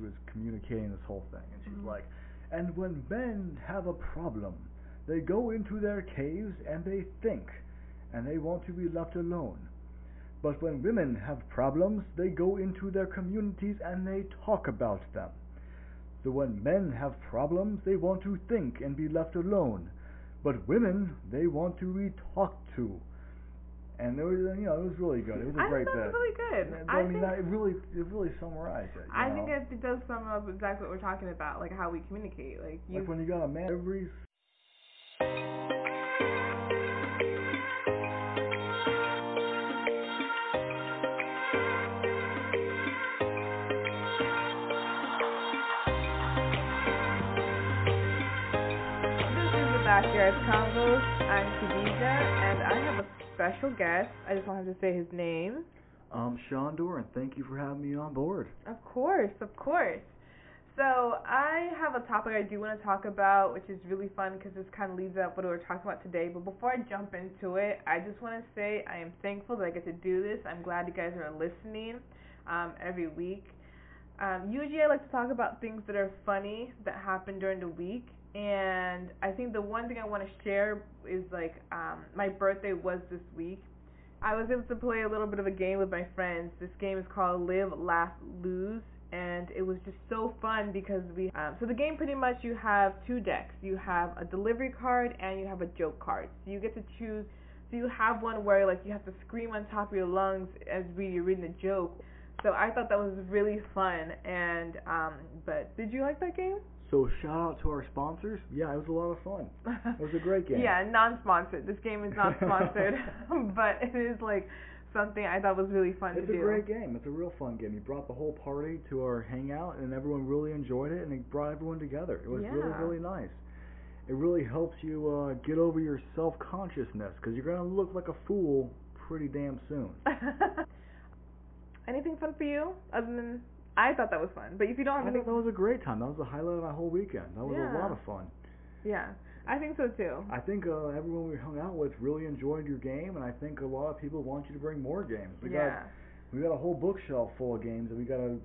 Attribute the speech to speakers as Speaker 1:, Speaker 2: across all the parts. Speaker 1: was communicating this whole thing, and
Speaker 2: Mm-hmm.
Speaker 1: she's like, and when men have a problem, they go into their caves and they think, and they want to be left alone. But when women have problems, they go into their communities and they talk about them. So when men have problems, they want to think and be left alone. But women, they want to be talked to. And it was, you know, it was really good. It was a
Speaker 2: I
Speaker 1: great
Speaker 2: think that's
Speaker 1: bit.
Speaker 2: really good.
Speaker 1: And,
Speaker 2: I
Speaker 1: I, mean,
Speaker 2: think-
Speaker 1: that, it really, it really summarized it. you
Speaker 2: I think
Speaker 1: know?
Speaker 2: it, it does sum up exactly what we're talking about, like how we communicate. Like you,
Speaker 1: like when you got a man, every
Speaker 2: this is the Backyard Convos. I'm Khadija, and I have a special guest. I just don't have to say his name.
Speaker 1: um Sean Doran, thank you for having me on board.
Speaker 2: Of course, of course. So I have a topic I do want to talk about, which is really fun because this kind of leads up what we're talking about today. But before I jump into it, I just want to say I am thankful that I get to do this. I'm glad you guys are listening um, every week. Um, usually I like to talk about things that are funny that happen during the week, and I think the one thing I want to share is like um, my birthday was this week, I was able to play a little bit of a game with my friends. This game is called Live, Laugh, Lose, and it was just so fun because we. Um, so the game pretty much you have two decks. You have a delivery card and you have a joke card. So you get to choose. So you have one where like you have to scream on top of your lungs as we, you're reading the joke. So I thought that was really fun. And um, but did you like that game?
Speaker 1: So shout out to our sponsors. Yeah, it was a lot of fun. It was a great game.
Speaker 2: Yeah, non-sponsored. This game is not sponsored, but it is like something I thought was really fun
Speaker 1: It's
Speaker 2: to
Speaker 1: a
Speaker 2: do.
Speaker 1: great game. It's a real fun game. You brought the whole party to our hangout, and everyone really enjoyed it, and it brought everyone together. It was really,
Speaker 2: Yeah.
Speaker 1: really nice. It really helps you uh, get over your self-consciousness because you're gonna look like a fool pretty damn soon.
Speaker 2: Anything fun for you? Other than I thought that was fun, but if you don't have
Speaker 1: I
Speaker 2: any,
Speaker 1: thought that was a great time. That was the highlight of my whole weekend. That was
Speaker 2: Yeah.
Speaker 1: a lot of fun.
Speaker 2: yeah, I think so too.
Speaker 1: I think uh, everyone we hung out with really enjoyed your game, and I think a lot of people want you to bring more games. We got
Speaker 2: yeah,
Speaker 1: we got a whole bookshelf full of games that we gotta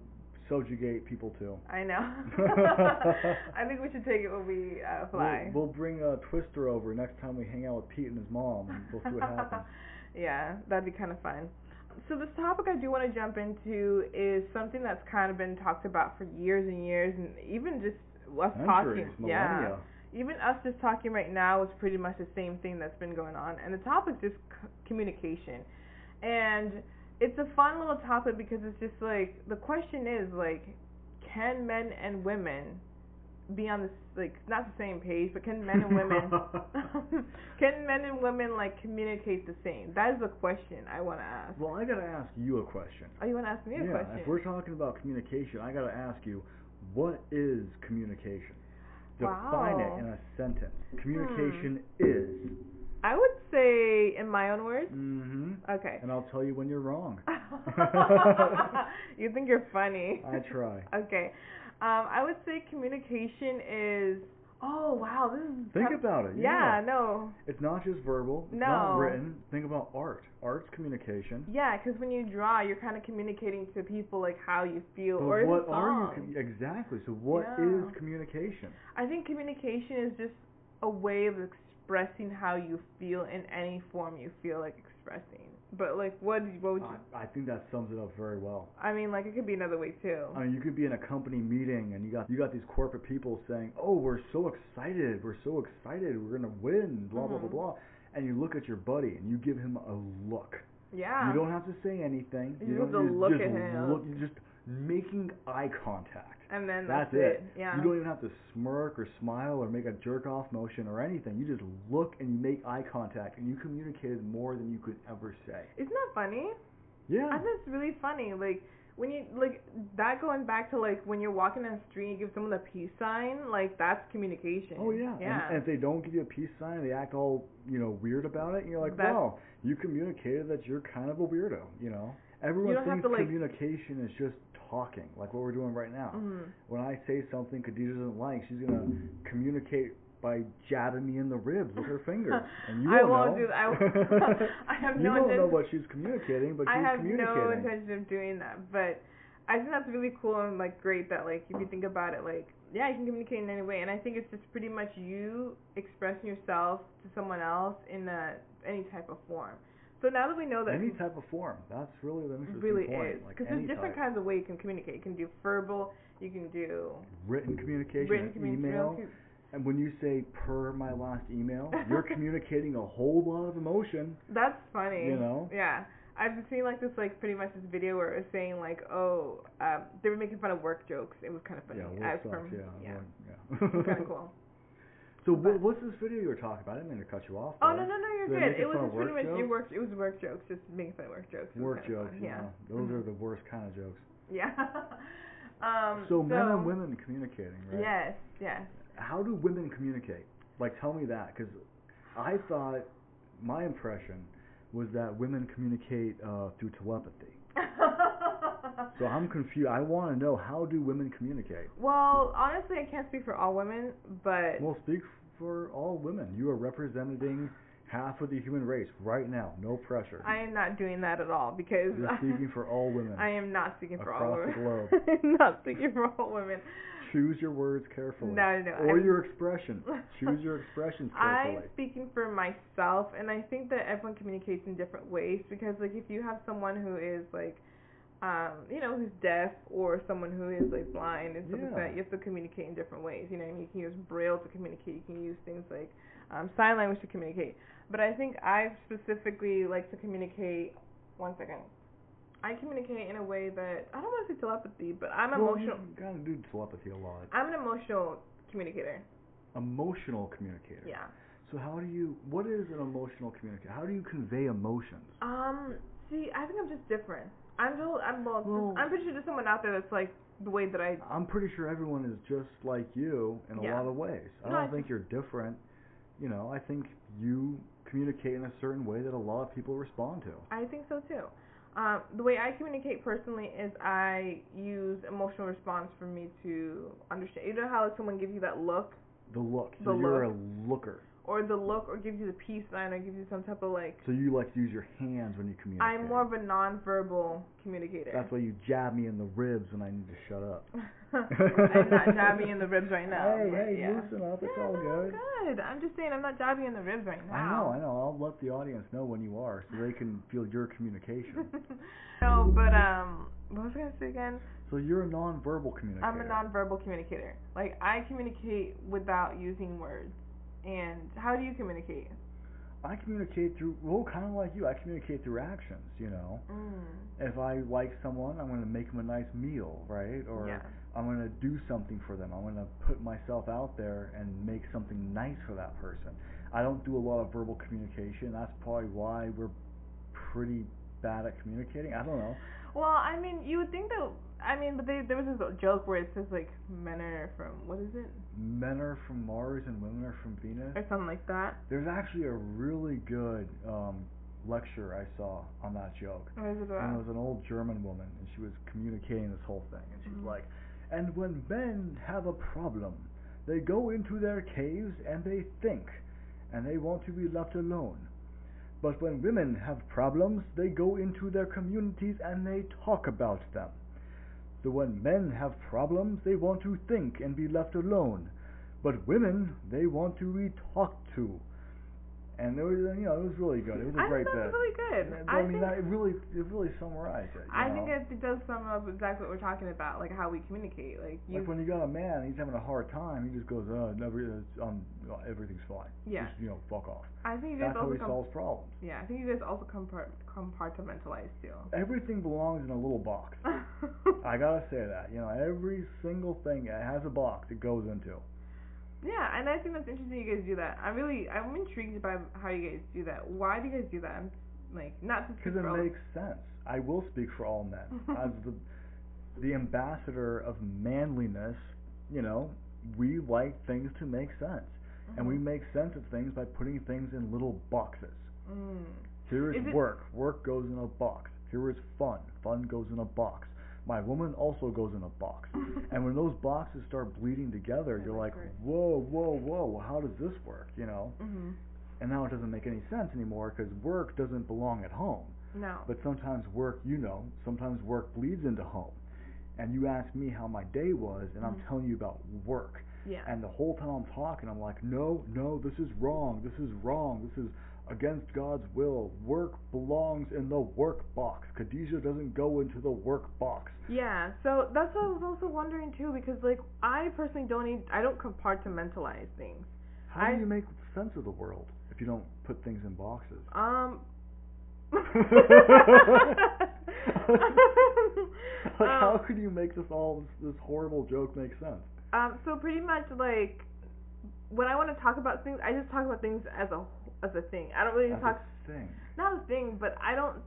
Speaker 1: subjugate people to.
Speaker 2: I know. I think we should take it when we uh, fly.
Speaker 1: We'll, we'll bring uh, Twister over next time we hang out with Pete and his mom. and We'll see what happens.
Speaker 2: yeah, that'd be kind of fun. So this topic I do want to jump into is something that's kind of been talked about for years and years, and even just us
Speaker 1: Centuries,
Speaker 2: talking. Yeah.
Speaker 1: millennia.
Speaker 2: even us just talking right now is pretty much the same thing that's been going on and the topic's just c- communication and it's a fun little topic because it's just like the question is like can men and women be on this like not the same page but can men and women can men and women like communicate the same that is the question i want to ask
Speaker 1: well, I gotta ask you a question.
Speaker 2: oh you want to ask me a
Speaker 1: yeah,
Speaker 2: question
Speaker 1: if we're talking about communication, I gotta ask you, what is communication? Define
Speaker 2: Wow. Hmm.
Speaker 1: it in a sentence. Communication is.
Speaker 2: i would say in my own words
Speaker 1: Mm-hmm.
Speaker 2: okay
Speaker 1: And I'll tell you when you're wrong.
Speaker 2: you think you're funny
Speaker 1: I try.
Speaker 2: Okay. Um, I would say communication is. Oh wow, this is.
Speaker 1: Think about it.
Speaker 2: Yeah, no.
Speaker 1: It's not just verbal. It's not
Speaker 2: No.
Speaker 1: written. Think about art. Art's communication.
Speaker 2: Yeah, because when you draw, you're kind of communicating to people like how you feel,
Speaker 1: But
Speaker 2: or it's a
Speaker 1: what
Speaker 2: song.
Speaker 1: are you commu- exactly? So what is
Speaker 2: Yeah.
Speaker 1: communication?
Speaker 2: I think communication is just a way of expressing how you feel in any form you feel like expressing. But like, what what would you?
Speaker 1: I, I think that sums it up very well.
Speaker 2: I mean, like it could be another way too.
Speaker 1: I mean, you could be in a company meeting and you got you got these corporate people saying, "Oh, we're so excited, we're so excited, we're gonna win," blah blah blah
Speaker 2: Mhm.
Speaker 1: blah, and you look at your buddy and you give him a look.
Speaker 2: yeah.
Speaker 1: You don't have to say anything.
Speaker 2: You
Speaker 1: You
Speaker 2: just
Speaker 1: don't-
Speaker 2: have to look
Speaker 1: just
Speaker 2: at him.
Speaker 1: Look, you're just making eye contact.
Speaker 2: and then
Speaker 1: That's
Speaker 2: that's,
Speaker 1: it.
Speaker 2: Yeah.
Speaker 1: You don't even have to smirk or smile or make a jerk off motion or anything. You just look and make eye contact, and you communicated more than you could ever say.
Speaker 2: Isn't that funny?
Speaker 1: Yeah.
Speaker 2: I think it's really funny. Like when you like that going back to like when you're walking down the street, and you give someone a peace sign. Like that's communication.
Speaker 1: Oh yeah. And-
Speaker 2: Yeah.
Speaker 1: And, if they don't give you a peace sign, they act all you know weird about it. And you're like,
Speaker 2: That's-
Speaker 1: wow, you communicated that you're kind of a weirdo. You know, everyone
Speaker 2: You don't have
Speaker 1: thinks
Speaker 2: to, like-
Speaker 1: communication is just talking, like what we're doing right now.
Speaker 2: Mhm.
Speaker 1: When I say something Khadija doesn't like, she's gonna communicate by jabbing me in the ribs with her fingers. And you
Speaker 2: I
Speaker 1: don't
Speaker 2: won't
Speaker 1: know.
Speaker 2: do that. I- I have
Speaker 1: you
Speaker 2: no
Speaker 1: don't know
Speaker 2: intention-
Speaker 1: what she's communicating, but
Speaker 2: I
Speaker 1: she's
Speaker 2: have no
Speaker 1: communicating.
Speaker 2: intention of doing that, but I think that's really cool and like great that like if you think about it, like yeah, you can communicate in any way, and I think it's just pretty much you expressing yourself to someone else in a, any type of form. So now that we know that
Speaker 1: any type of form. That's really the interesting
Speaker 2: really
Speaker 1: point.
Speaker 2: is
Speaker 1: Like
Speaker 2: because
Speaker 1: any
Speaker 2: there's different
Speaker 1: type.
Speaker 2: kinds of way you can communicate. You can do verbal, you can do
Speaker 1: written communication,
Speaker 2: written
Speaker 1: an
Speaker 2: communication.
Speaker 1: email. And when you say per my last email, you're communicating a whole lot of emotion.
Speaker 2: That's funny.
Speaker 1: You know?
Speaker 2: Yeah. I've been seeing like this like pretty much this video where it was saying like oh um they were making fun of work jokes. It was kind of funny.
Speaker 1: yeah,
Speaker 2: I
Speaker 1: work
Speaker 2: was
Speaker 1: sucks,
Speaker 2: from-
Speaker 1: yeah.
Speaker 2: yeah.
Speaker 1: work- yeah.
Speaker 2: kind of cool.
Speaker 1: So what,
Speaker 2: But-
Speaker 1: what's this video you were talking about? I didn't mean to cut you off.
Speaker 2: Oh
Speaker 1: there.
Speaker 2: no no no you're
Speaker 1: They're
Speaker 2: good.
Speaker 1: making
Speaker 2: It was
Speaker 1: fun of
Speaker 2: just pretty
Speaker 1: work
Speaker 2: much it
Speaker 1: jokes?
Speaker 2: worked. It was work jokes, just making fun of work jokes. It was
Speaker 1: Work
Speaker 2: kinda
Speaker 1: jokes.
Speaker 2: fun,
Speaker 1: yeah.
Speaker 2: Yeah.
Speaker 1: Those
Speaker 2: Mhm.
Speaker 1: are the worst kind of jokes.
Speaker 2: Yeah. um.
Speaker 1: so men and women communicating, right?
Speaker 2: Yes. Yes.
Speaker 1: How do women communicate? Like, tell me that, because I thought my impression was that women communicate uh, through telepathy. So I'm confused. I want to know how do women communicate?
Speaker 2: Well, honestly, I can't speak for all women, but
Speaker 1: Well, speak for all women. You are representing half of the human race right now. No pressure.
Speaker 2: I am not doing that at all because
Speaker 1: You're speaking for all women.
Speaker 2: I am not speaking for all
Speaker 1: Across the
Speaker 2: women.
Speaker 1: globe.
Speaker 2: I'm not speaking for all women.
Speaker 1: Choose your words carefully.
Speaker 2: No, no,
Speaker 1: Or
Speaker 2: I'm-
Speaker 1: your expression. Choose your expressions
Speaker 2: I'm
Speaker 1: carefully.
Speaker 2: speaking for myself, and I think that everyone communicates in different ways because, like, if you have someone who is like, um, you know, who's deaf or someone who is like blind and stuff like
Speaker 1: Yeah.
Speaker 2: that, you have to communicate in different ways. You know, and you can use braille to communicate. You can use things like um, sign language to communicate. But I think I specifically like to communicate. One second. I communicate in a way that I don't want to say telepathy, but I'm
Speaker 1: well,
Speaker 2: emotional.
Speaker 1: You kind of do telepathy a lot.
Speaker 2: I'm an emotional communicator.
Speaker 1: Emotional communicator.
Speaker 2: Yeah.
Speaker 1: So how do you? What is an emotional communicator? How do you convey emotions?
Speaker 2: Um. See, I think I'm just different. I'm just, I'm well,
Speaker 1: Well-
Speaker 2: I'm pretty sure there's someone out there that's like the way that I.
Speaker 1: I'm pretty sure everyone is just like you in a
Speaker 2: Yeah.
Speaker 1: lot of ways. I
Speaker 2: No, I
Speaker 1: don't think you're different. You know, I think you communicate in a certain way that a lot of people respond to.
Speaker 2: I think so too. Um, the way I communicate personally is I use emotional response for me to understand. You know how like, someone gives you that look
Speaker 1: The look.
Speaker 2: The
Speaker 1: So you're a looker.
Speaker 2: or the look or gives you the peace sign or gives you some type of like.
Speaker 1: So you like to use your hands when you communicate.
Speaker 2: I'm more of a nonverbal communicator.
Speaker 1: That's why you jab me in the ribs when I need to shut up.
Speaker 2: I'm not jabbing in the ribs right now.
Speaker 1: Hey,
Speaker 2: but,
Speaker 1: hey,
Speaker 2: yeah.
Speaker 1: loosen up. It's
Speaker 2: Yeah,
Speaker 1: all
Speaker 2: no,
Speaker 1: good.
Speaker 2: I'm good. I'm just saying I'm not jabbing in the ribs right now.
Speaker 1: I know, I know. I'll let the audience know when you are so they can feel your communication.
Speaker 2: no, but um, what was I gonna say again?
Speaker 1: so you're a nonverbal communicator.
Speaker 2: I'm a nonverbal communicator. Like I communicate without using words. And how do you communicate?
Speaker 1: I communicate through, well, kind of like you, I communicate through actions, you know.
Speaker 2: Mm.
Speaker 1: If I like someone, I'm going to make them a nice meal, right? Or
Speaker 2: yeah.
Speaker 1: I'm going to do something for them. I'm going to put myself out there and make something nice for that person. I don't do a lot of verbal communication. That's probably why we're pretty bad at communicating. I don't know.
Speaker 2: Well, I mean, you would think that. I mean, but they, there was this joke where it says like men are from what is it
Speaker 1: Men are from Mars and women are from Venus.
Speaker 2: or something like that.
Speaker 1: There's actually a really good um, lecture I saw on that joke.
Speaker 2: What is
Speaker 1: And it
Speaker 2: it about?
Speaker 1: was an old German woman, and she was communicating this whole thing. And she's
Speaker 2: Mhm.
Speaker 1: like, And when men have a problem, they go into their caves and they think, and they want to be left alone. But when women have problems, they go into their communities and they talk about them. So when men have problems, they want to think and be left alone. But women, they want to be talked to. And it was, you know, it was really good. It was a
Speaker 2: I
Speaker 1: great
Speaker 2: think
Speaker 1: bit.
Speaker 2: that's really good.
Speaker 1: Yeah, but
Speaker 2: I,
Speaker 1: I, mean,
Speaker 2: think
Speaker 1: that it really, it really summarized it. you
Speaker 2: I think
Speaker 1: know?
Speaker 2: it, it does sum up exactly what we're talking about, like how we communicate. Like you,
Speaker 1: like when you got a man, he's having a hard time. He just goes, "Uh, never, uh, um, uh, everything's fine.
Speaker 2: Yeah.
Speaker 1: Just, you know, fuck off."
Speaker 2: I think you guys
Speaker 1: That's how
Speaker 2: also
Speaker 1: he
Speaker 2: come
Speaker 1: solves problems.
Speaker 2: Yeah, I think you guys also compart- compartmentalize too.
Speaker 1: Everything belongs in a little box. I gotta say that. You know, every single thing that has a box it goes into.
Speaker 2: yeah, and I think that's interesting. You guys do that. I'm really, I'm intrigued by how you guys do that. Why do you guys do that? I'm like not to speak
Speaker 1: Because it
Speaker 2: for all-
Speaker 1: makes sense. I will speak for all men as the the ambassador of manliness. You know, we like things to make sense, and
Speaker 2: Mm-hmm.
Speaker 1: we make sense of things by putting things in little boxes.
Speaker 2: Mm.
Speaker 1: Here is,
Speaker 2: Is it-
Speaker 1: work. Work goes in a box. Here is fun. Fun goes in a box. My woman also goes in a box.
Speaker 2: Mm-hmm.
Speaker 1: and when those boxes start bleeding together,
Speaker 2: I
Speaker 1: you're
Speaker 2: like
Speaker 1: like,
Speaker 2: it.
Speaker 1: whoa, whoa, whoa, how does this work? You know?
Speaker 2: Mhm.
Speaker 1: And now it doesn't make any sense anymore because work doesn't belong at home.
Speaker 2: No.
Speaker 1: But sometimes work, you know, sometimes work bleeds into home. and you ask me how my day was, and I'm
Speaker 2: Mhm.
Speaker 1: telling you about work.
Speaker 2: Yeah.
Speaker 1: And the whole time I'm talking, I'm like, no, no, this is wrong. This is wrong. This is against God's will. Work belongs in the work box. Khadijah doesn't go into the work box.
Speaker 2: Yeah, so that's what I was also wondering too, because like I personally don't need, I don't compartmentalize things.
Speaker 1: How
Speaker 2: I-
Speaker 1: do you make sense of the world if you don't put things in boxes?
Speaker 2: Um.
Speaker 1: like, how
Speaker 2: Um,
Speaker 1: could you make this all this horrible joke make sense?
Speaker 2: Um, so pretty much like when I want to talk about things, I just talk about things as a as a thing. I don't really
Speaker 1: As a
Speaker 2: talk
Speaker 1: thing.
Speaker 2: not a thing, but I don't.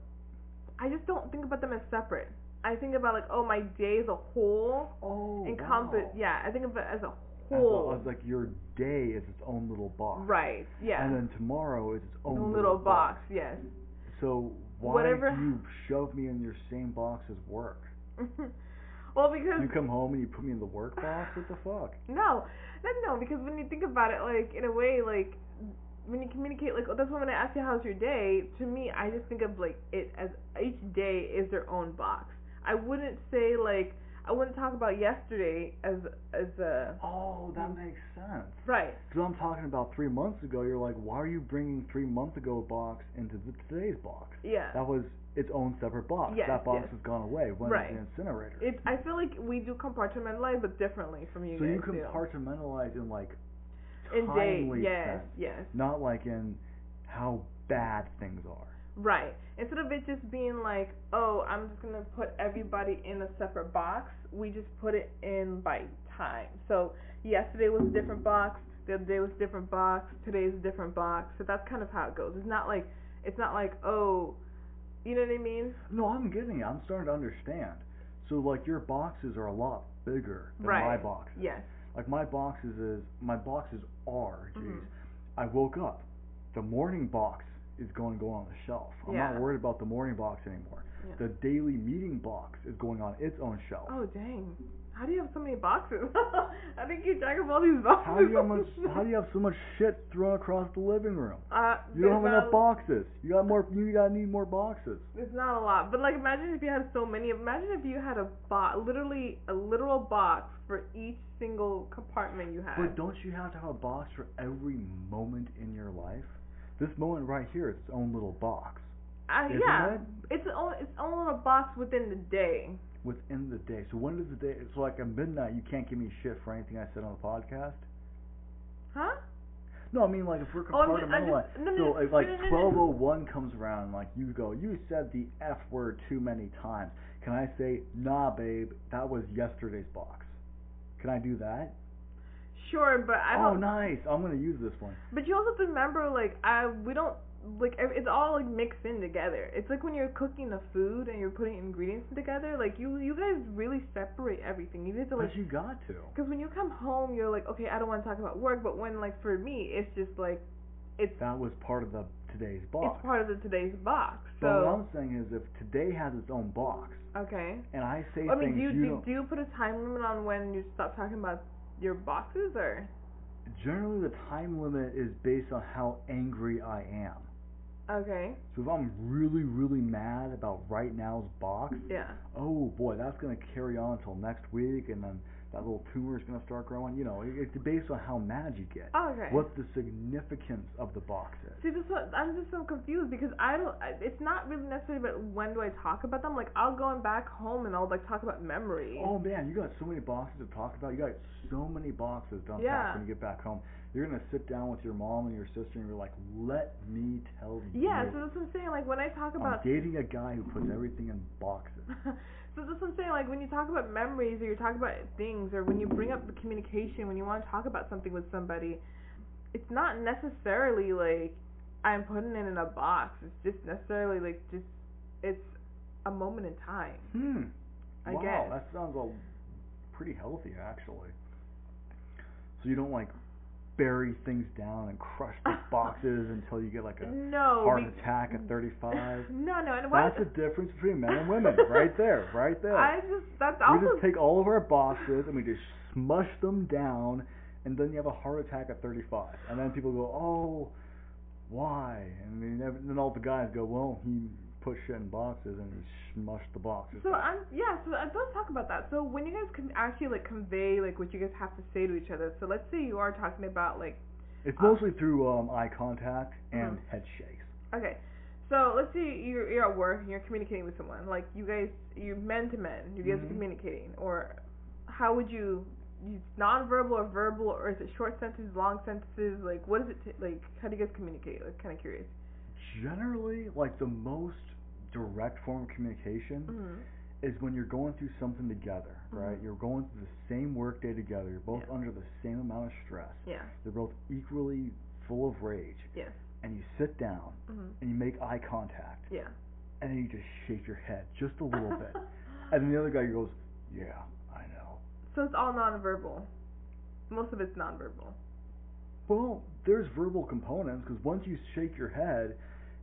Speaker 2: I just don't think about them as separate. I think about like oh my day as a whole
Speaker 1: Oh,
Speaker 2: encompass.
Speaker 1: wow.
Speaker 2: Yeah, I think of it as
Speaker 1: I
Speaker 2: a
Speaker 1: thought
Speaker 2: whole.
Speaker 1: it was like your day is its own little box.
Speaker 2: right. Yeah.
Speaker 1: And then tomorrow is its own
Speaker 2: The
Speaker 1: little,
Speaker 2: little box. Yes.
Speaker 1: So why
Speaker 2: Whatever-
Speaker 1: do you shove me in your same box as work?
Speaker 2: well, because
Speaker 1: You come home and you put me in the work box? What the fuck?
Speaker 2: No, no, no. Because when you think about it, like in a way, like when you communicate, like oh, that's why when I ask you how's your day, to me, I just think of like it as each day is their own box. I wouldn't say like I wouldn't talk about yesterday as as a
Speaker 1: Oh, that makes sense.
Speaker 2: right.
Speaker 1: Because I'm talking about three months ago. You're like, why are you bringing three months ago box into the today's box?
Speaker 2: Yeah.
Speaker 1: That was its own separate box.
Speaker 2: Yes,
Speaker 1: that box
Speaker 2: yes.
Speaker 1: has gone away. Went
Speaker 2: Right.
Speaker 1: into the incinerator.
Speaker 2: It. I feel like we do compartmentalize, but differently from you
Speaker 1: so
Speaker 2: guys.
Speaker 1: you
Speaker 2: do.
Speaker 1: compartmentalize in like
Speaker 2: in day.
Speaker 1: timely
Speaker 2: Yes.
Speaker 1: sense,
Speaker 2: Yes.
Speaker 1: not like in how bad things are.
Speaker 2: Right. Instead of it just being like, oh, I'm just gonna put everybody in a separate box, we just put it in by time. So yesterday was a different box, the other day was a different box, today's a different box. So that's kind of how it goes. It's not like it's not like, oh you know what I mean?
Speaker 1: No, I'm getting it. I'm starting to understand. So like your boxes are a lot bigger than my
Speaker 2: Right.
Speaker 1: boxes.
Speaker 2: Yes.
Speaker 1: Like my boxes is my boxes are, geez.
Speaker 2: Mhm.
Speaker 1: I woke up. The morning box is going to go on the shelf. I'm
Speaker 2: Yeah.
Speaker 1: not worried about the morning box anymore.
Speaker 2: Yeah.
Speaker 1: The daily meeting box is going on its own shelf.
Speaker 2: Oh dang. How do you have so many boxes? I think you jack of all these boxes.
Speaker 1: How do you have much, how do you have so much shit thrown across the living room?
Speaker 2: uh,
Speaker 1: You don't have
Speaker 2: there's
Speaker 1: enough
Speaker 2: not-
Speaker 1: boxes. You got more. You gotta need more boxes.
Speaker 2: It's not a lot, but like imagine if you had so many. Imagine if you had a box, literally a literal box for each single compartment you had.
Speaker 1: But don't you have to have a box for every moment in your life? This moment right here is its own little box
Speaker 2: uh,
Speaker 1: isn't
Speaker 2: yeah,
Speaker 1: it?
Speaker 2: it's own it's own little box within the day.
Speaker 1: within the day. So when does the day? It's like at midnight. You can't give me shit for anything I said on the podcast.
Speaker 2: Huh?
Speaker 1: No, I mean like if we're
Speaker 2: Oh, I'm just- I'm
Speaker 1: compartmentalized.
Speaker 2: just- no, no,
Speaker 1: so
Speaker 2: no,
Speaker 1: if like
Speaker 2: no, no, no, no.
Speaker 1: twelve oh one comes around, like you go, you said the f word too many times. Can I say, nah, babe, that was yesterday's box? Can I do that?
Speaker 2: Sure, but I
Speaker 1: oh,
Speaker 2: don't.
Speaker 1: nice. I'm gonna use this one.
Speaker 2: But you also have to remember, like, I we don't like ev- it's all like mixed in together. It's like when you're cooking the food and you're putting ingredients together. Like you you guys really separate everything. You need to like
Speaker 1: But you got to.
Speaker 2: Because when you come home, you're like, okay, I don't want to talk about work. But when, like, for me, it's just like, it's
Speaker 1: That was part of the today's box.
Speaker 2: it's part of the today's box.
Speaker 1: So what
Speaker 2: So
Speaker 1: I'm saying is, if today has its own box,
Speaker 2: okay.
Speaker 1: and I say
Speaker 2: I mean,
Speaker 1: things
Speaker 2: do you,
Speaker 1: you
Speaker 2: do,
Speaker 1: don't,
Speaker 2: do you put a time limit on when you stop talking about your boxes or?
Speaker 1: generally the time limit is based on how angry I am.
Speaker 2: Okay.
Speaker 1: So if I'm really, really mad about right now's box,
Speaker 2: Yeah.
Speaker 1: oh boy, that's gonna carry on until next week, and then that little tumor is gonna start growing. You know, it- it's based on how mad you get,
Speaker 2: Oh, Okay.
Speaker 1: what the significance of the box is.
Speaker 2: See, this what I'm just so confused because I don't. I, it's not really necessarily about when do I talk about them. Like I'll go and back home and I'll like talk about memories.
Speaker 1: Oh man, you got so many boxes to talk about. You got so many boxes to unpack
Speaker 2: Yeah.
Speaker 1: when you get back home. You're gonna sit down with your mom and your sister, and you're like, "Let me tell you."
Speaker 2: yeah. So that's what I'm saying. Like when I talk
Speaker 1: I'm
Speaker 2: about
Speaker 1: dating a guy who puts everything in boxes.
Speaker 2: so that's what I'm saying. Like when you talk about memories, or you talk about things, or when you bring up the communication, when you want to talk about something with somebody, it's not necessarily like I'm putting it in a box. It's just necessarily like just it's a moment in time.
Speaker 1: Hmm.
Speaker 2: I
Speaker 1: wow,
Speaker 2: guess.
Speaker 1: that sounds all pretty healthy actually. So you don't like bury things down and crush the boxes until you get like a
Speaker 2: no.
Speaker 1: heart
Speaker 2: be-
Speaker 1: attack at 35.
Speaker 2: No, no, and why?
Speaker 1: That's the difference between men and women, right there, right there.
Speaker 2: I just that's
Speaker 1: we
Speaker 2: also
Speaker 1: just take all of our boxes and we just smush them down, and then you have a heart attack at 35, and then people go, "Oh, why?" And then, ev- then all the guys go, "Well, he put shit in boxes and he smushed the boxes.
Speaker 2: So I'm yeah. So uh, let's talk about that. So when you guys can actually like convey like what you guys have to say to each other. So let's say you are talking about like
Speaker 1: it's
Speaker 2: uh,
Speaker 1: mostly through um, eye contact and
Speaker 2: Mhm.
Speaker 1: head shakes.
Speaker 2: okay. So let's say you're, you're at work and you're communicating with someone. Like you guys, you're men to men. You guys are
Speaker 1: Mhm.
Speaker 2: communicating. Or how would you? Use nonverbal or verbal, or is it short sentences, long sentences? Like what is it? T- like how do you guys communicate? Like kind of curious.
Speaker 1: Generally, like the most direct form of communication
Speaker 2: Mm-hmm.
Speaker 1: is when you're going through something together, right?
Speaker 2: Mhm.
Speaker 1: You're going through the same workday together. You're both
Speaker 2: Yeah.
Speaker 1: under the same amount of stress.
Speaker 2: Yeah.
Speaker 1: They're both equally full of rage.
Speaker 2: Yes.
Speaker 1: And you sit down
Speaker 2: Mm-hmm.
Speaker 1: and you make eye contact
Speaker 2: Yeah.
Speaker 1: and then you just shake your head just a little bit. And then the other guy goes, Yeah, I know.
Speaker 2: So it's all nonverbal. Most of it's nonverbal.
Speaker 1: Well, there's verbal components because once you shake your head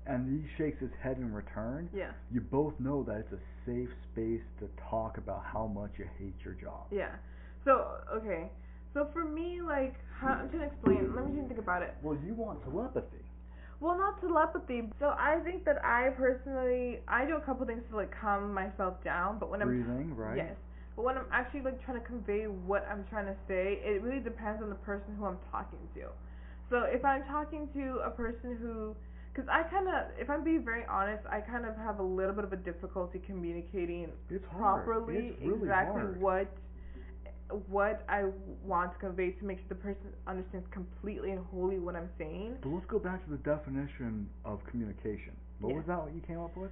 Speaker 1: and he shakes his head in return,
Speaker 2: Yeah.
Speaker 1: you both know that it's a safe space to talk about how much you hate your job.
Speaker 2: Yeah. So okay. So for me, like, how, I'm trying to explain. Let me just think about it.
Speaker 1: Well, you want telepathy.
Speaker 2: Well, not telepathy. So I think that I personally, I do a couple things to like calm myself down. But when I'm
Speaker 1: Breathing, right?
Speaker 2: Yes. But when I'm actually like trying to convey what I'm trying to say, it really depends on the person who I'm talking to. So if I'm talking to a person who, because I kind of, if I'm being very honest, I kind of have a little bit of a difficulty communicating
Speaker 1: It's hard.
Speaker 2: properly
Speaker 1: It's really
Speaker 2: exactly
Speaker 1: hard.
Speaker 2: what what I want to convey to make sure the person understands completely and wholly what I'm saying.
Speaker 1: But let's go back to the definition of communication. What
Speaker 2: Yeah.
Speaker 1: was that? What you came up with?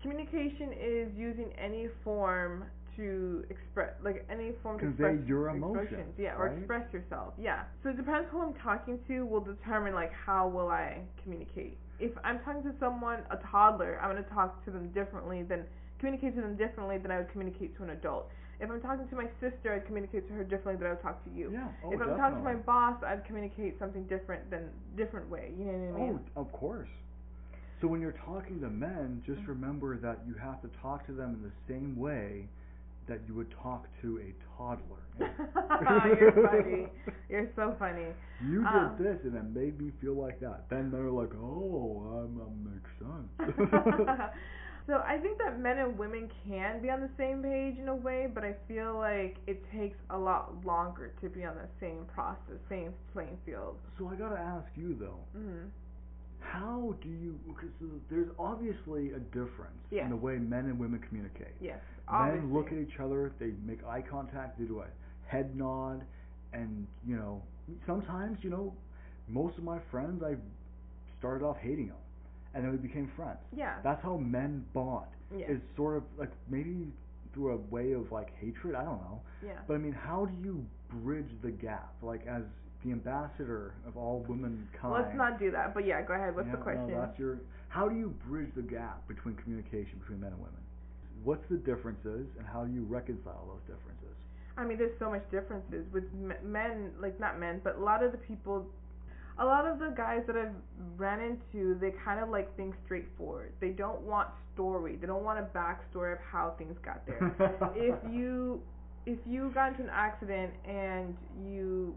Speaker 2: Communication is using any form to express, like any form to
Speaker 1: Convey
Speaker 2: express
Speaker 1: your
Speaker 2: expressions,
Speaker 1: emotions,
Speaker 2: yeah, or
Speaker 1: right?
Speaker 2: express yourself, yeah. So it depends who I'm talking to will determine like how will I communicate. If I'm talking to someone, a toddler, I'm gonna talk to them differently than communicate to them differently than I would communicate to an adult. If I'm talking to my sister, I'd communicate to her differently than I would talk to you.
Speaker 1: Yeah. Oh,
Speaker 2: if I'm
Speaker 1: definitely.
Speaker 2: talking to my boss, I'd communicate something different than different way. You know what I mean?
Speaker 1: Oh, of course. So when you're talking to men, just
Speaker 2: Mhm.
Speaker 1: remember that you have to talk to them in the same way that you would talk to a toddler.
Speaker 2: You're funny. You're so funny.
Speaker 1: You did
Speaker 2: Um.
Speaker 1: this, and it made me feel like that. Then they're like, "Oh, um, that makes sense."
Speaker 2: so I think that men and women can be on the same page in a way, but I feel like it takes a lot longer to be on the same process, same playing field.
Speaker 1: so I gotta ask you though,
Speaker 2: Mm.
Speaker 1: how do you? Because there's obviously a difference
Speaker 2: Yeah.
Speaker 1: in the way men and women communicate.
Speaker 2: Yes, obviously.
Speaker 1: Men look at each other, they make eye contact, they do a head nod, and you know, sometimes you know, most of my friends I started off hating them, and then we became friends.
Speaker 2: yeah,
Speaker 1: That's how men bond.
Speaker 2: yeah,
Speaker 1: Is sort of like maybe through a way of like hatred. I don't know.
Speaker 2: yeah.
Speaker 1: But I mean, how do you bridge the gap? Like as the ambassador of all womankind.
Speaker 2: Let's not do that. But yeah, go ahead. What's
Speaker 1: Yeah,
Speaker 2: the question?
Speaker 1: No, that's your. How do you bridge the gap between communication between men and women? What's the differences, and how do you reconcile those differences?
Speaker 2: I mean, there's so much differences with m- men, like not men, but a lot of the people, a lot of the guys that I've ran into, they kind of like things straightforward. They don't want story. They don't want a backstory of how things got there. if you if you got into an accident and you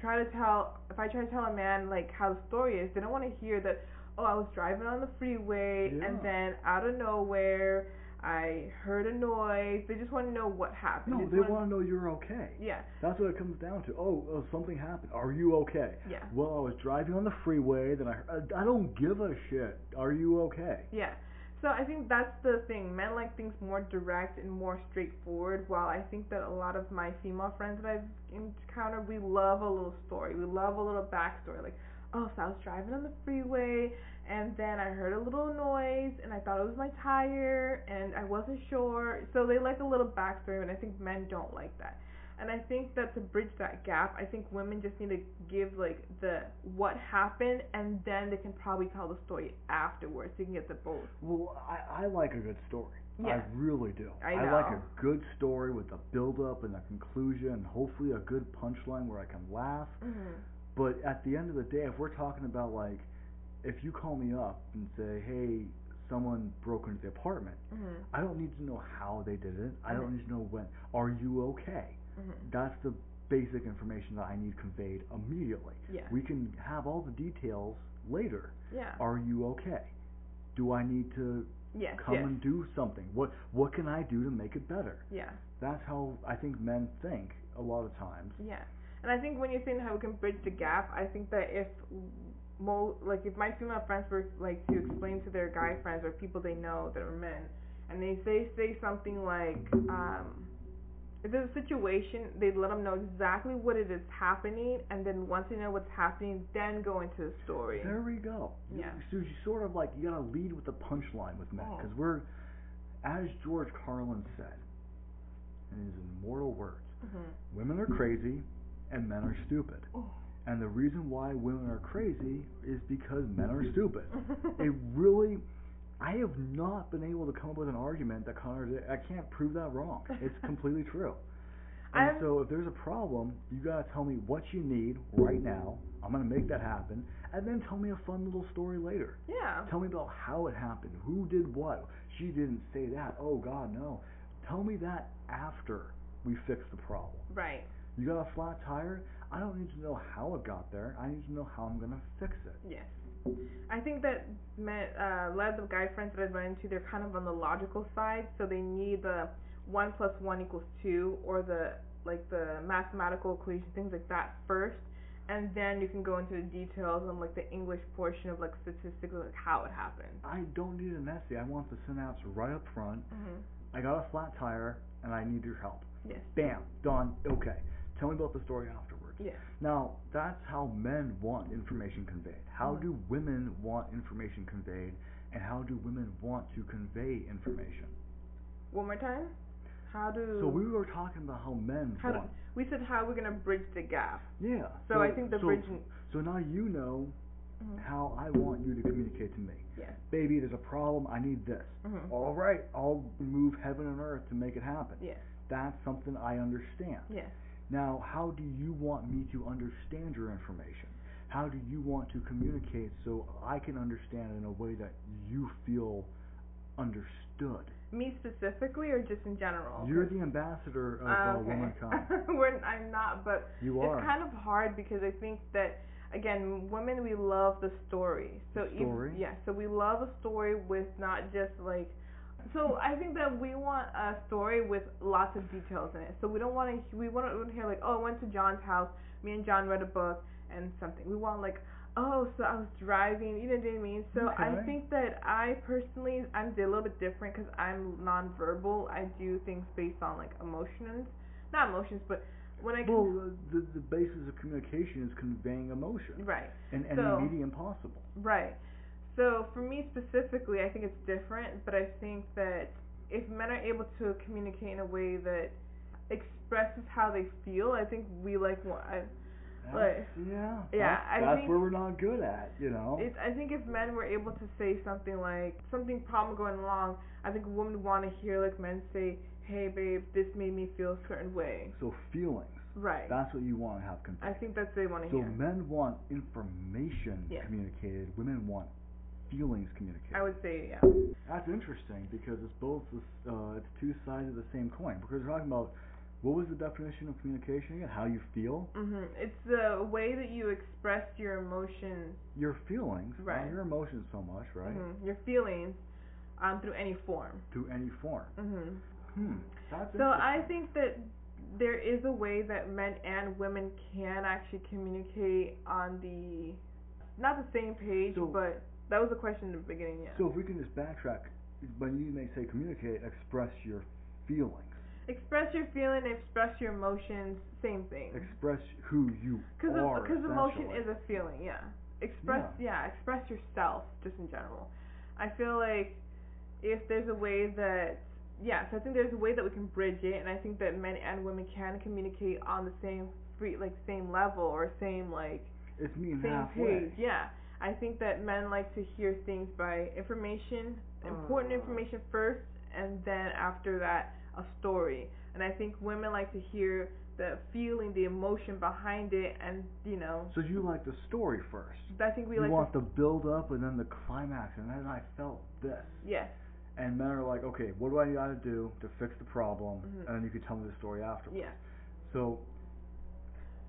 Speaker 2: try to tell if I try to tell a man like how the story is, they don't want to hear that oh I was driving on the freeway
Speaker 1: Yeah.
Speaker 2: and then out of nowhere I heard a noise. They just want to know what happened.
Speaker 1: no,
Speaker 2: just
Speaker 1: they
Speaker 2: wanna-
Speaker 1: want to know you're okay.
Speaker 2: yeah,
Speaker 1: That's what it comes down to. Oh, oh, something happened. Are you okay?
Speaker 2: yeah,
Speaker 1: Well, I was driving on the freeway. Then I. heard- I don't give a shit. Are you okay?
Speaker 2: yeah. So I think that's the thing. Men like things more direct and more straightforward. While I think that a lot of my female friends that I've encountered, we love a little story. We love a little backstory. Like, oh, so I was driving on the freeway, and then I heard a little noise, and I thought it was my tire, and I wasn't sure. So they like a little backstory, and I think men don't like that. And I think that to bridge that gap, I think women just need to give like the what happened, and then they can probably tell the story afterwards. They can get the both.
Speaker 1: Well, I, I like a good story. I
Speaker 2: Yeah.
Speaker 1: really do.
Speaker 2: I
Speaker 1: like
Speaker 2: know.
Speaker 1: a good story with a build up and a conclusion and hopefully a good punchline where I can laugh.
Speaker 2: Mhm.
Speaker 1: But at the end of the day, if we're talking about like if you call me up and say, "Hey, someone broke into the apartment."
Speaker 2: Mhm.
Speaker 1: I don't need to know how they did it. I don't need to know when. Are you okay?
Speaker 2: Mhm.
Speaker 1: That's the basic information that I need conveyed immediately.
Speaker 2: Yeah.
Speaker 1: We can have all the details later.
Speaker 2: Yeah.
Speaker 1: Are you okay? Do I need to
Speaker 2: Yes.
Speaker 1: Come
Speaker 2: yes.
Speaker 1: and do something. What what can I do to make it better?
Speaker 2: Yeah.
Speaker 1: That's how I think men think a lot of times.
Speaker 2: Yeah. And I think when you're saying how we can bridge the gap, I think that if mo like if my female friends were like to explain to their guy friends or people they know that are men and they say say something like um if there's a situation, they let them know exactly what it is happening, and then once they know what's happening, then go into the story.
Speaker 1: There we go. You-
Speaker 2: Yeah.
Speaker 1: So you sort of like you gotta lead with the punchline with men
Speaker 2: Oh.
Speaker 1: because we're, as George Carlin said, in his immortal words,
Speaker 2: Mm-hmm.
Speaker 1: women are crazy and men are stupid.
Speaker 2: Oh.
Speaker 1: And the reason why women are crazy is because men are stupid.
Speaker 2: Mm-hmm.
Speaker 1: It really, I have not been able to come up with an argument that contradicts. I can't prove that wrong. It's completely true. And
Speaker 2: I'm-
Speaker 1: so if there's a problem, you gotta tell me what you need right now. I'm gonna make that happen, and then tell me a fun little story later.
Speaker 2: yeah.
Speaker 1: Tell me about how it happened. Who did what? She didn't say that. Oh God, no. Tell me that after we fix the problem.
Speaker 2: Right.
Speaker 1: You got a flat tire? I don't need to know how it got there. I need to know how I'm gonna fix it.
Speaker 2: Yes. I think that men, uh, a lot of the guy friends that I run into, they're kind of on the logical side, so they need the one plus one equals two or the like the mathematical equation, things like that first, and then you can go into the details on like the English portion of like statistics, like how it happened.
Speaker 1: I don't need an essay. I want the synapse right up front.
Speaker 2: Mm-hmm.
Speaker 1: I got a flat tire and I need your help.
Speaker 2: Yes.
Speaker 1: Bam, done. Okay. Tell me about the story afterwards.
Speaker 2: Yes.
Speaker 1: Now, that's how men want information conveyed. How
Speaker 2: Mhm.
Speaker 1: do women want information conveyed, and how do women want to convey information?
Speaker 2: One more time. How do
Speaker 1: So we were talking about how men
Speaker 2: how do,
Speaker 1: want.
Speaker 2: we said how we're gonna bridge the gap?
Speaker 1: yeah.
Speaker 2: So, I think the
Speaker 1: so, Mm-hmm.
Speaker 2: bridging.
Speaker 1: So now you know
Speaker 2: mhm,
Speaker 1: how I want you to communicate to me.
Speaker 2: Yes.
Speaker 1: Baby, there's a problem. I need this.
Speaker 2: Mhm.
Speaker 1: Mm-hmm. All right, I'll move heaven and earth to make it happen.
Speaker 2: Yes.
Speaker 1: That's something I understand.
Speaker 2: Yes.
Speaker 1: Now, how do you want me to understand your information? How do you want to communicate so I can understand in a way that you feel understood?
Speaker 2: Me specifically, or just in general?
Speaker 1: You're the ambassador of
Speaker 2: Ah,
Speaker 1: uh, womankind.
Speaker 2: We're, I'm not, but
Speaker 1: You
Speaker 2: it's
Speaker 1: are.
Speaker 2: kind of hard because I think that again, women we love the story. So
Speaker 1: The
Speaker 2: ev-
Speaker 1: story?
Speaker 2: yeah, so we love a story with not just like. So I think that we want a story with lots of details in it. So we don't want to. We want to hear like, oh, I went to John's house. Me and John read a book and something. We want like, oh, so I was driving. You know what I mean? So I
Speaker 1: Okay.
Speaker 2: think that I personally, I'm a little bit different because I'm nonverbal. I do things based on like emotions, not emotions, but when I can,
Speaker 1: well, uh, the, the basis of communication is conveying emotion
Speaker 2: right.
Speaker 1: in any
Speaker 2: So-
Speaker 1: medium possible.
Speaker 2: Right. So for me specifically, I think it's different, but I think that if men are able to communicate in a way that expresses how they feel, I think we like more. I,
Speaker 1: That's- yeah.
Speaker 2: yeah,
Speaker 1: That's,
Speaker 2: I
Speaker 1: that's
Speaker 2: think-
Speaker 1: where we're not good at, you know?
Speaker 2: it's, I think if men were able to say something like something problem going along, I think women would want to hear like men say, "Hey babe, this made me feel a certain way."
Speaker 1: so, feelings.
Speaker 2: Right.
Speaker 1: That's what you want to have conveyed.
Speaker 2: I think that's what they want to
Speaker 1: So
Speaker 2: hear.
Speaker 1: men want information
Speaker 2: Yeah.
Speaker 1: communicated, women want feelings communicated.
Speaker 2: I would say yeah.
Speaker 1: That's interesting because it's both the, uh, it's two sides of the same coin. Because we're talking about what was the definition of communication again? How you feel,
Speaker 2: hmm It's the way that you express your emotions
Speaker 1: your feelings, not
Speaker 2: Right.
Speaker 1: your emotions so much, right?
Speaker 2: Mhm. your feelings um, through any form.
Speaker 1: Through any form.
Speaker 2: hmm
Speaker 1: Hmm. That's
Speaker 2: So I
Speaker 1: interesting.
Speaker 2: think that there is a way that men and women can actually communicate on the not the same page,
Speaker 1: So-
Speaker 2: but that was the question in the beginning. Yeah.
Speaker 1: So if we can just backtrack, when you may say communicate, express your feelings,
Speaker 2: express your feeling, express your emotions, same thing.
Speaker 1: express who you
Speaker 2: Because
Speaker 1: are.
Speaker 2: because emotion
Speaker 1: essentially.
Speaker 2: is a feeling. Yeah. Express yeah. Express yourself just in general. I feel like if there's a way that yes, I think there's a way that we can bridge it, and I think that men and women can communicate on the same free like same level or same like
Speaker 1: It's meeting
Speaker 2: same
Speaker 1: halfway.
Speaker 2: page. Yeah. I think that men like to hear things by information, important
Speaker 1: Uh.
Speaker 2: information first, and then after that, a story. And I think women like to hear the feeling, the emotion behind it, and you know,
Speaker 1: So you like the story first.
Speaker 2: I think we
Speaker 1: you
Speaker 2: like
Speaker 1: want the build up and then the climax, and then I felt this.
Speaker 2: to, yes,
Speaker 1: And men are like, okay, what do I got to do to fix the problem?
Speaker 2: Mhm.
Speaker 1: And then you can tell me the story afterwards.
Speaker 2: yes.
Speaker 1: So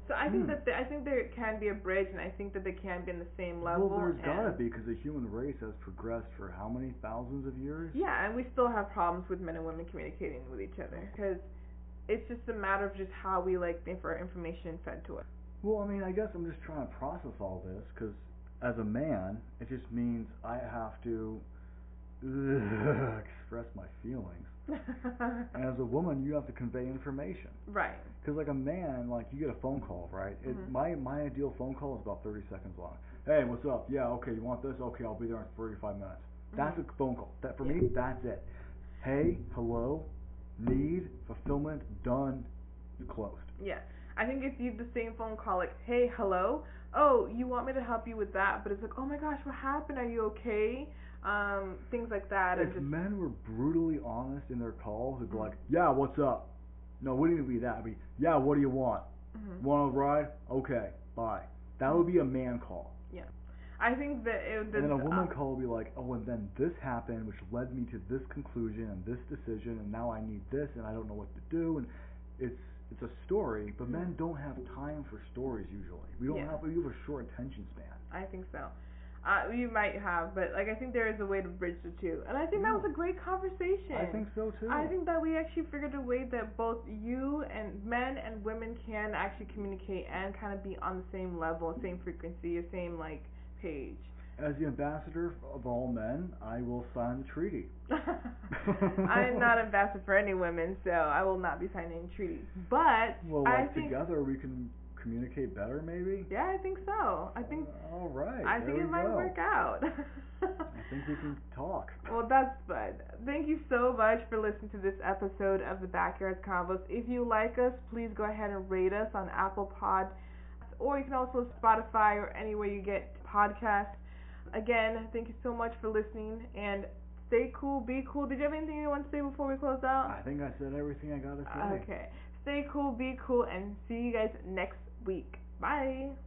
Speaker 2: So I I think
Speaker 1: Hmm.
Speaker 2: that the, I think there can be a bridge, and I think that they can be on the same level.
Speaker 1: Well, there's gotta
Speaker 2: and-
Speaker 1: be because the human race has progressed for how many thousands of years?
Speaker 2: Yeah, and we still have problems with men and women communicating with each other because it's just a matter of just how we like the inf- information fed to us.
Speaker 1: Well, I mean, I guess I'm just trying to process all this because as a man, it just means I have to ugh, express my feelings. And as a woman, you have to convey information.
Speaker 2: right.
Speaker 1: Because like a man, like you get a phone call, right? It,
Speaker 2: Mhm.
Speaker 1: My my ideal phone call is about 30 seconds long. Hey, what's up? Yeah, okay, you want this? Okay, I'll be there in 45 minutes.
Speaker 2: Mm-hmm.
Speaker 1: That's a phone call. That for me, that's it. Hey, hello, need fulfillment done, closed.
Speaker 2: Yeah. I think if you have the same phone call, like, hey, hello, oh, you want me to help you with that, but it's like, oh my gosh, what happened? Are you okay? Um, things like that.
Speaker 1: If
Speaker 2: and just,
Speaker 1: men were brutally honest in their calls, it'd be
Speaker 2: Mhm.
Speaker 1: like, yeah, what's up? No, it wouldn't even be that. It'd be, yeah, what do you want?
Speaker 2: Mhm.
Speaker 1: Want to ride? Okay, bye.
Speaker 2: Mm-hmm.
Speaker 1: That would be a man call.
Speaker 2: I think that
Speaker 1: And
Speaker 2: it
Speaker 1: then a woman
Speaker 2: uh,
Speaker 1: call would be like, oh, and then this happened, which led me to this conclusion and this decision, and now I need this, and I don't know what to do, and it's it's a story. But men don't have time for stories usually. We don't
Speaker 2: Mm-hmm. Yeah.
Speaker 1: have we have a short attention span.
Speaker 2: I think so. Uh, you might have, but like, I think there is a way to bridge the two, and I think that
Speaker 1: Yeah.
Speaker 2: was a great conversation.
Speaker 1: I think so too.
Speaker 2: I think that we actually figured a way that both you and men and women can actually communicate and kind of be on the same level, same frequency, the same like page.
Speaker 1: As the ambassador of all men, I will sign the treaty.
Speaker 2: I am not ambassador for any women, so I will not be signing treaties. But
Speaker 1: Well,
Speaker 2: I
Speaker 1: like
Speaker 2: think,
Speaker 1: together we can communicate better, maybe.
Speaker 2: yeah, I think so. I think
Speaker 1: All right.
Speaker 2: I
Speaker 1: there
Speaker 2: think
Speaker 1: we
Speaker 2: it might
Speaker 1: go.
Speaker 2: work out.
Speaker 1: I think we can talk.
Speaker 2: Well, that's fun. Thank you so much for listening to this episode of the Backyards Convos. If you like us, please go ahead and rate us on Apple Pod, or you can also Spotify or anywhere you get podcasts. Again, thank you so much for listening and stay cool, be cool. Did you have anything you want to say before we close
Speaker 1: I
Speaker 2: out?
Speaker 1: think I said everything I gotta say.
Speaker 2: Okay. Stay cool, be cool, and see you guys next week. Bye.